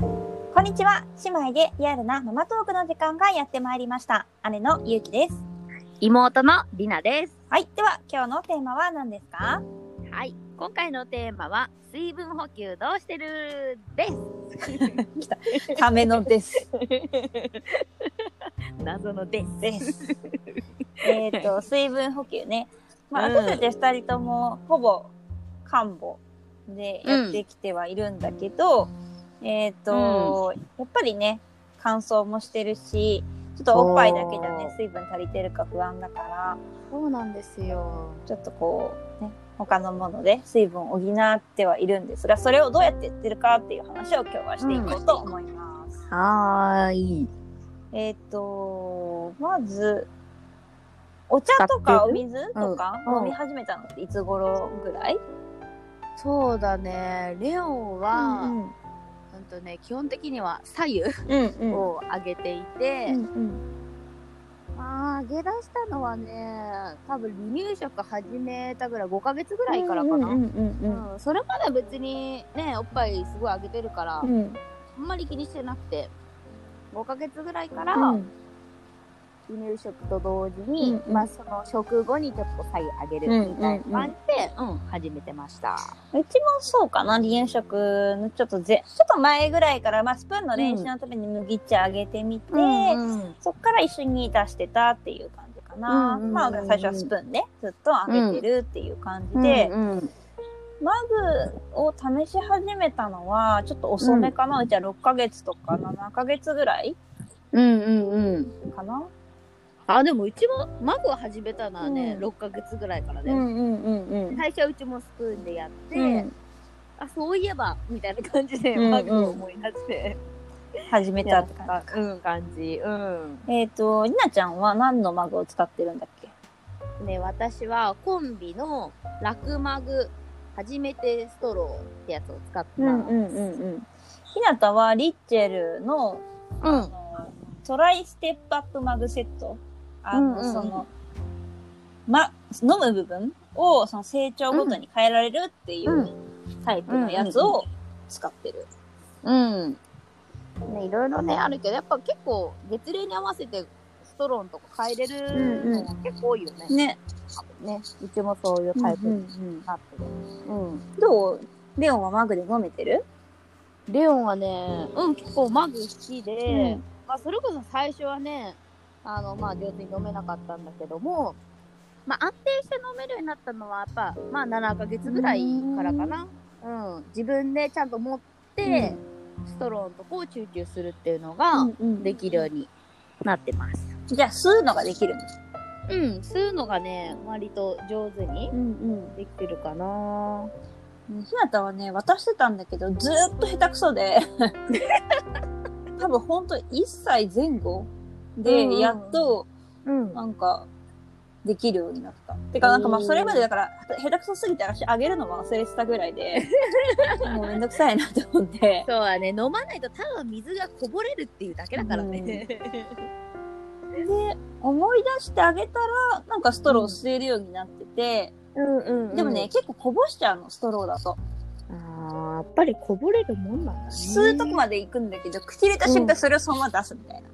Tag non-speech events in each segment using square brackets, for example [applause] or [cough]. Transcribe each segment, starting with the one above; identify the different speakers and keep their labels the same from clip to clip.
Speaker 1: こんにちは。姉妹でリアルなママトークの時間がやってまいりました。姉のゆうきです。
Speaker 2: 妹のりなです。
Speaker 1: はい。では、今日のテーマは何ですか
Speaker 2: はい、今回のテーマは水分補給どうしてるです。
Speaker 1: ためのです。
Speaker 2: 謎のです。
Speaker 1: です。えっ
Speaker 2: [laughs]
Speaker 1: と、水分補給ね。まあ、
Speaker 2: うん
Speaker 1: 私たち二人とも、ほぼ、看護でやってきてはいるんだけど、えっと、やっぱりね、乾燥もしてるし、ちょっとおっぱいだけじゃね
Speaker 2: そ、う
Speaker 1: 水分足りてるか不安だから、
Speaker 2: そうなんですよ。
Speaker 1: ちょっとこう、ね、他のもので水分を補ってはいるんですが、それをどうやってやってるかっていう話を今日はしていこうと思います。
Speaker 2: はーい。
Speaker 1: えっ、と、まず、お茶とかお水とか
Speaker 2: うん
Speaker 1: 飲み始めたのっていつ頃ぐらい、
Speaker 2: そうだね。レオ
Speaker 1: う
Speaker 2: は、うん
Speaker 1: ん、
Speaker 2: とね、基本的には左右
Speaker 1: うんうんうん
Speaker 2: を上げていて、
Speaker 1: うん
Speaker 2: まあ上げ出したのはね、多分離乳食始めたぐらい5ヶ月ぐらいからかな。
Speaker 1: う
Speaker 2: うん
Speaker 1: んうん
Speaker 2: それまでは別にね、おっぱいすごい上げてるから、
Speaker 1: うんうん
Speaker 2: あんまり気にしてなくて、5ヶ月ぐらいから、
Speaker 1: うん
Speaker 2: 離乳食と同時に、
Speaker 1: うんうん
Speaker 2: まあその食後にちょっと左右上げるみたいな感じで、うん始めてました。
Speaker 1: うちもそうかな離乳食のちょっとぜちょっと前ぐらいから、まあ、スプーンの練習のために麦茶あげてみて、
Speaker 2: うん
Speaker 1: そっから一緒に出してたっていう感じかな。
Speaker 2: うんうんうん
Speaker 1: まあ最初はスプーンでずっと揚げてるっていう感じで、
Speaker 2: うん
Speaker 1: マグを試し始めたのはちょっと遅めかな。うちは6ヶ月とか7ヶ月ぐらい
Speaker 2: うんうんうん。
Speaker 1: かな。
Speaker 2: あ、でもうちもマグを始めたのはね、
Speaker 1: うん
Speaker 2: 6ヶ月ぐらいから
Speaker 1: う
Speaker 2: ね、
Speaker 1: んうんうんうん。
Speaker 2: 最初はうちもスプーンでやって、
Speaker 1: うん
Speaker 2: あ、そういえば、みたいな感じで
Speaker 1: うんうん
Speaker 2: マグを思い出して、
Speaker 1: 始めたって感
Speaker 2: 感じ。うん、感じ。うん。
Speaker 1: じ。えっ、と、りなちゃんは何のマグを使ってるんだっけ
Speaker 2: ね、私はコンビのラクマグ、初めてストローってやつを使ってます。
Speaker 1: ん。ひなたはリッチェルの
Speaker 2: うん
Speaker 1: あのトライステップアップマグセット。あの、
Speaker 2: うんうんうん
Speaker 1: その、ま、飲む部分をその成長ごとに変えられるっていううタイプのやつを使ってる。
Speaker 2: うん。ね、いろいろね、あるけど、やっぱ結構、月齢に合わせて、ストローンとか変えれるのが結構多いよね。
Speaker 1: ね。
Speaker 2: ね。うちもそういうタイプ
Speaker 1: うんうん
Speaker 2: になってる。うん、
Speaker 1: どうレオンはマグで飲めてる
Speaker 2: レオンはね、うん、結構マグ好きで、
Speaker 1: うん
Speaker 2: まあ、それこそ最初はね、あの、まあ、上手に飲めなかったんだけども、まあ、安定して飲めるようになったのは、やっぱ、まあ、7ヶ月ぐらいからかな。うん。自分でちゃんと持って、ストローのとこをチューチューするっていうのが、
Speaker 1: うん
Speaker 2: できるようになってます。
Speaker 1: じゃあ吸うのができるの
Speaker 2: うん、吸うのがね、割と上手に
Speaker 1: んうん。
Speaker 2: できてるかな。
Speaker 1: ひなたはね、渡してたんだけど、ずーっと下手くそ [laughs] で、多分ほんと1歳前後
Speaker 2: うんうん
Speaker 1: で、やっと、
Speaker 2: うん。
Speaker 1: なんか、できるようになった。てか、なんかまあ、
Speaker 2: うん
Speaker 1: それまでだから、下手くそすぎて足上げるのも忘れてたぐらい [laughs] で、もうめんどくさいなと思って。
Speaker 2: そうはね、飲まないとただ水がこぼれるっていうだけだからね。
Speaker 1: で、思い出してあげたら、なんかストロー吸えるようになってて、
Speaker 2: うんう
Speaker 1: でもね、、結構こぼしちゃうの、ストローだと。
Speaker 2: あーやっぱりこぼれるもんなんだね。
Speaker 1: 吸うとこまで行くんだけど、口入れた瞬
Speaker 2: う
Speaker 1: 間それをそのまま出すみたいな。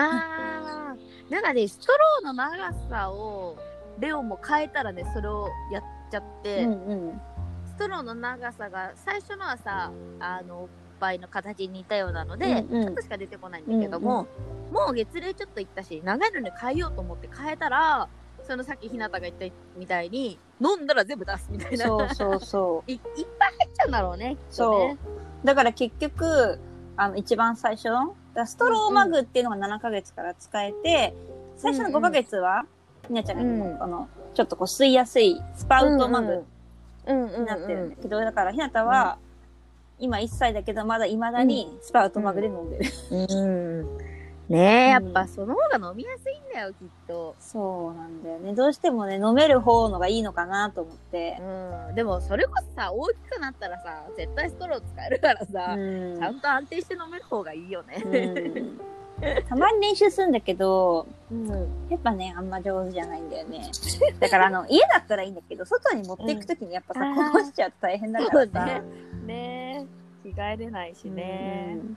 Speaker 2: あーなんかね、ストローの長さを、レオンも変えたらね、それをやっちゃって、
Speaker 1: うん
Speaker 2: ストローの長さが、最初のはさ、あの、おっぱいの形に似たようなので、
Speaker 1: うん
Speaker 2: しか出てこないんだけども、もう月齢ちょっと行ったし長いのに変えようと思って変えたらそのさっきひなたが言ったみたいに飲んだら全部出すみたいな
Speaker 1: そうそうそ
Speaker 2: いいっぱい入っちゃうんだろうね
Speaker 1: う。そう。だから結局、あの、一番最初の、だからストローマグっていうのが7ヶ月から使えて、最初の5ヶ月は、みなちゃんが言った
Speaker 2: うん
Speaker 1: あの、ちょっとこう吸いやすいスパウトマグ
Speaker 2: うんうん
Speaker 1: になってるんだけど、だからひなたは、今1歳だけど、まだ未だにスパウトマグで飲んでる。
Speaker 2: うんねえや
Speaker 1: うん
Speaker 2: っぱその方が飲みやすいんだよきっと、
Speaker 1: そうなんだよね。どうしてもね、飲める方のがいいのかなと思って。
Speaker 2: うん、でもそれこそさ大きくなったらさ絶対ストロー使えるからさ、
Speaker 1: うん
Speaker 2: ちゃんと安定して飲める方がいいよね
Speaker 1: うんたまに練習するんだけど、
Speaker 2: [laughs] うん
Speaker 1: やっぱね、あんま上手じゃないんだよね。だからあの、家だったらいいんだけど、外に持っていくときにやっぱさ、
Speaker 2: うん
Speaker 1: こぼしちゃうと大変だか
Speaker 2: そう
Speaker 1: らさ。
Speaker 2: ねねえ着替えれないしね、
Speaker 1: うん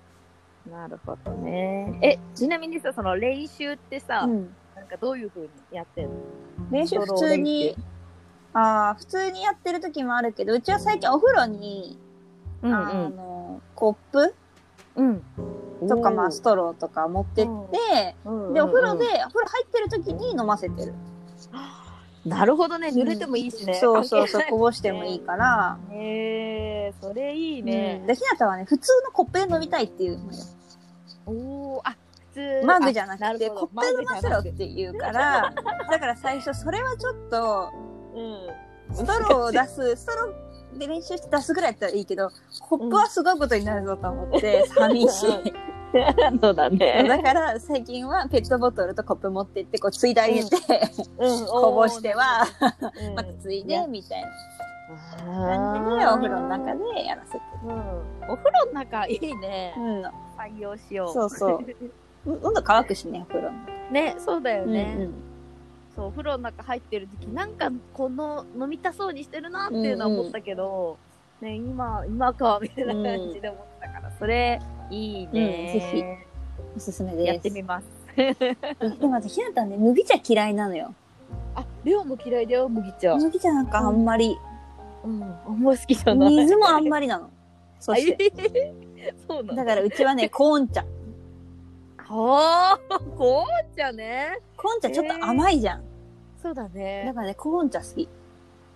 Speaker 2: なるほどね。え、ちなみにさ、その練習ってさ、
Speaker 1: うん
Speaker 2: なんかどういう風にやってんの
Speaker 1: 練習普通に、ああ、普通にやってる時もあるけど、うちは最近お風呂に、
Speaker 2: うん
Speaker 1: あの、コップ
Speaker 2: うん。
Speaker 1: とか、まあ、ストローとか持ってって、
Speaker 2: うん
Speaker 1: で、お風呂でお風呂
Speaker 2: うん、
Speaker 1: 入ってる時に飲ませてる。
Speaker 2: うんなるほどね、濡れてもいいしね。
Speaker 1: そうそうそう、
Speaker 2: 関
Speaker 1: こぼしてもいいから。
Speaker 2: 係ない。へえー、それいいね
Speaker 1: うん、。で、ひなたはね、普通のコップで飲みたいっていうのよ。
Speaker 2: おおあ、普通。
Speaker 1: マグじゃな
Speaker 2: あ
Speaker 1: くて、
Speaker 2: るほ
Speaker 1: コ
Speaker 2: ど
Speaker 1: ップで飲ませろって言う [laughs] から、だから最初、それはちょっと、
Speaker 2: うん。
Speaker 1: ストローを出す、ストローで練習して出すぐらいだったらいいけど、コップはすごいことになるぞと思って、寂 [laughs] しい。
Speaker 2: ー。そうだね。
Speaker 1: だから、最近はペットボトルとコップ持ってって、こう、ついであげて、
Speaker 2: う
Speaker 1: [laughs]
Speaker 2: ん、
Speaker 1: こぼしては、
Speaker 2: うん、
Speaker 1: またついで、みたいな感じで、お
Speaker 2: あー
Speaker 1: 風呂の中でやらせてる。
Speaker 2: うん。お風呂の中いいね。
Speaker 1: うん。
Speaker 2: 採用しよう。
Speaker 1: そうそううんどんどん乾くしね、お風呂の中。
Speaker 2: ね、そうだよね。
Speaker 1: うん
Speaker 2: そう、お風呂の中入ってる時、なんかこの飲みたそうにしてるなっていうのは思ったけど、ね、今、今か、みたいな感じで思ったから、それ、いいね、
Speaker 1: うんおすすめ
Speaker 2: やっ
Speaker 1: で
Speaker 2: て
Speaker 1: す。
Speaker 2: みます。
Speaker 1: でも私、ひなたね、麦茶嫌いなのよ。
Speaker 2: あ、レオも嫌いだよ、麦茶。
Speaker 1: 麦茶なんかあんまり、
Speaker 2: うん、あんま好きじゃない。
Speaker 1: 水もあんまりな
Speaker 2: [laughs]
Speaker 1: の。そして。
Speaker 2: え [laughs] そうなん
Speaker 1: だ
Speaker 2: だ。
Speaker 1: からうちはね、コーン茶。
Speaker 2: はあ、紅茶ね。
Speaker 1: コーン茶ちょっと甘いじゃん。
Speaker 2: そうだ
Speaker 1: だ
Speaker 2: ね。
Speaker 1: からね、コーン茶好き。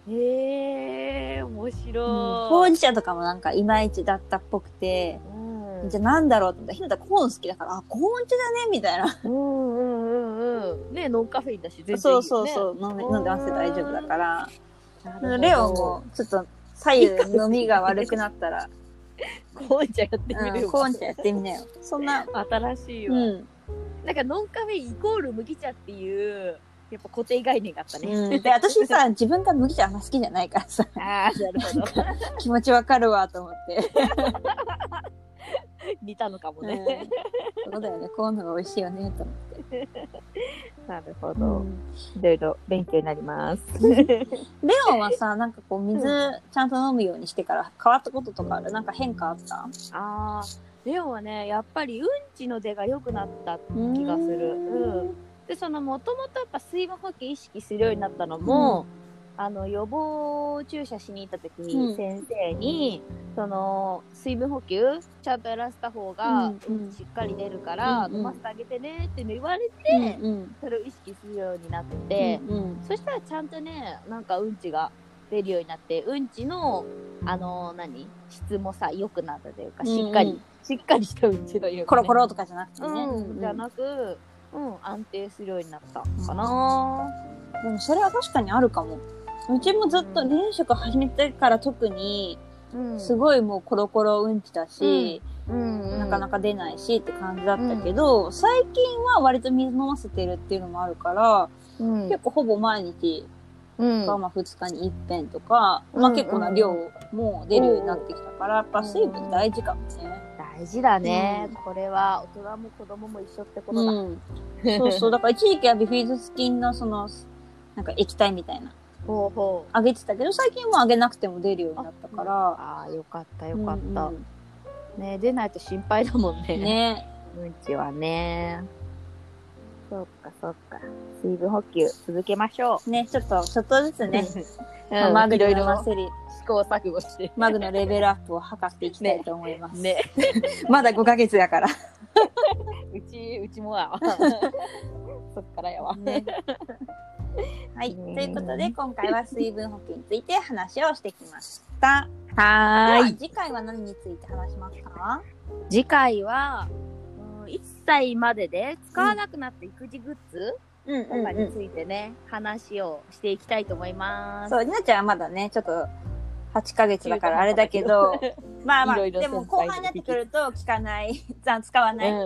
Speaker 2: へえー、面
Speaker 1: ほ
Speaker 2: 白
Speaker 1: う
Speaker 2: い。
Speaker 1: じ茶とかもなんかいまいちだったっぽくて、
Speaker 2: うん
Speaker 1: じゃあなんだろうと思ったら、ひなたコーン好きだから、あ、コーン茶だね、み
Speaker 2: [laughs]
Speaker 1: たいな。
Speaker 2: うんうんうんうん。ね、ノンカフェインだし、全然いいよ、ね。
Speaker 1: そうそうそう、飲んで飲んでます大丈夫だから。
Speaker 2: なるほど
Speaker 1: レオも、ちょっと左右飲みが悪くなった
Speaker 2: [laughs]
Speaker 1: ら、
Speaker 2: 紅茶やってみる
Speaker 1: う
Speaker 2: よ、
Speaker 1: ん、コーン茶やってみなよ。そんな、
Speaker 2: 新し [laughs] いうわ、
Speaker 1: ん。
Speaker 2: なんかノンカフェインイコール麦茶っていうやっぱ固定概念があったね、
Speaker 1: うん、で、私さ、自分が麦茶あんま好きじゃないからさ、 [laughs]
Speaker 2: [laughs] ああなるほど
Speaker 1: 気持ちわかるわ、と思
Speaker 2: [laughs]
Speaker 1: って。
Speaker 2: 似たのかも
Speaker 1: うん
Speaker 2: ね、
Speaker 1: そうだよね、コーンの方が美味しいよね、と思って。
Speaker 2: なるほ
Speaker 1: う
Speaker 2: ど、
Speaker 1: ん
Speaker 2: いろいろ勉強になります
Speaker 1: レオンはさ、なんかこう、水ちゃんと飲むようにしてから変わったこととかあるなんか変化あった
Speaker 2: [laughs] ああレオはねやっぱりうんちの出が良くなった気がするうんでそのもともとやっぱ水分補給意識するようになったのも、あの予防注射しに行った時に、
Speaker 1: うん
Speaker 2: 先生にその水分補給ちゃんとやらせた方が、
Speaker 1: うんうん
Speaker 2: しっかり出るから、
Speaker 1: うんうん
Speaker 2: 飲ませてあげてねっていうの言われて、
Speaker 1: うんうん
Speaker 2: それを意識するようになって、
Speaker 1: うん
Speaker 2: そしたらちゃんとねなんかうんちが出るようになってうんちのあの何質もさ良くなったというかしっかり、
Speaker 1: うんうん
Speaker 2: しっかりしたうんちというかね、
Speaker 1: コロコロとかじゃなくてね。
Speaker 2: うん、じゃなく、うん、安定するようになったかな。
Speaker 1: でもそれは確かにあるかも。うちもずっと冷食始めてから特に、
Speaker 2: うん
Speaker 1: す
Speaker 2: い。
Speaker 1: ごいもうコロコロうんちだし、
Speaker 2: うん、
Speaker 1: なかなか出ないしって感じだったけど、最近は割と水飲ませてるっていうのもあるから、
Speaker 2: うん、
Speaker 1: 結構ほぼ毎日
Speaker 2: うん、
Speaker 1: まあ2日に一遍とか、
Speaker 2: うん
Speaker 1: まあ結構な量も出るようになってきたから、やっぱ水分大事かもね。
Speaker 2: 大事だね、
Speaker 1: うん
Speaker 2: これは大人も子供も一緒ってことだ。
Speaker 1: うん。そうそう。だから一時期はビフィズス菌のその、なんか液体みたいな、
Speaker 2: ほうほう。
Speaker 1: あげてたけど、最近はあげなくても出るようになったから。
Speaker 2: ああ、よかったよかった、
Speaker 1: うん
Speaker 2: ね、出ないと心配だもん
Speaker 1: う
Speaker 2: ね。
Speaker 1: んね。
Speaker 2: うんちはね。そっかそっか。水分補給続けましょ
Speaker 1: ね、ちょっと、ちょっとずつ
Speaker 2: う。
Speaker 1: ね、
Speaker 2: うん、
Speaker 1: マグ
Speaker 2: いろ
Speaker 1: の
Speaker 2: い
Speaker 1: 飲ま
Speaker 2: ろ試
Speaker 1: せる、
Speaker 2: 行錯誤して。
Speaker 1: マグのレベルアップを図っていきたいと思います。
Speaker 2: ね。
Speaker 1: まだ5ヶ月だから。
Speaker 2: [laughs] うち、うちも [laughs] やわ。そっからやわ。
Speaker 1: ねはい、
Speaker 2: ね
Speaker 1: ということで今回は水分補給について話をしてきました。で
Speaker 2: は
Speaker 1: は
Speaker 2: ーい。
Speaker 1: 次回は何について話しますか
Speaker 2: 次回は、うん1歳までで使わなくなった育児グッズ
Speaker 1: うん
Speaker 2: とかについてね、話をしていきたいと思います。
Speaker 1: そう、りなちゃんはまだね、ちょっと8ヶ月だからあれだけど、 [laughs] まあまあ、
Speaker 2: いろいろ
Speaker 1: でも後半になってくると聞かない、 [laughs] 使わ
Speaker 2: ね。
Speaker 1: ない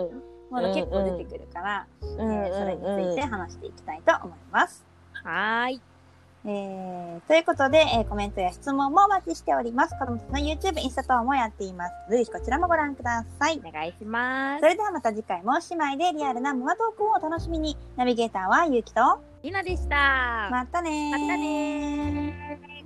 Speaker 1: もの結構出てくるから、
Speaker 2: う
Speaker 1: え
Speaker 2: ん
Speaker 1: ーそれにつ
Speaker 2: うん
Speaker 1: いて
Speaker 2: うん
Speaker 1: 話していきたいと思います。
Speaker 2: はーい。
Speaker 1: えー、ということで、えーコメントや質問もお待ちしております。子供たちの YouTube、インスタ等もやっていますので。ぜひこちらもご覧ください。
Speaker 2: お願いしま
Speaker 1: そ
Speaker 2: す。
Speaker 1: れではまた次回も姉妹でリアルなママトークをお楽しみに。ナビゲーターはゆうきと、
Speaker 2: りなでした。
Speaker 1: またねー。
Speaker 2: またねー。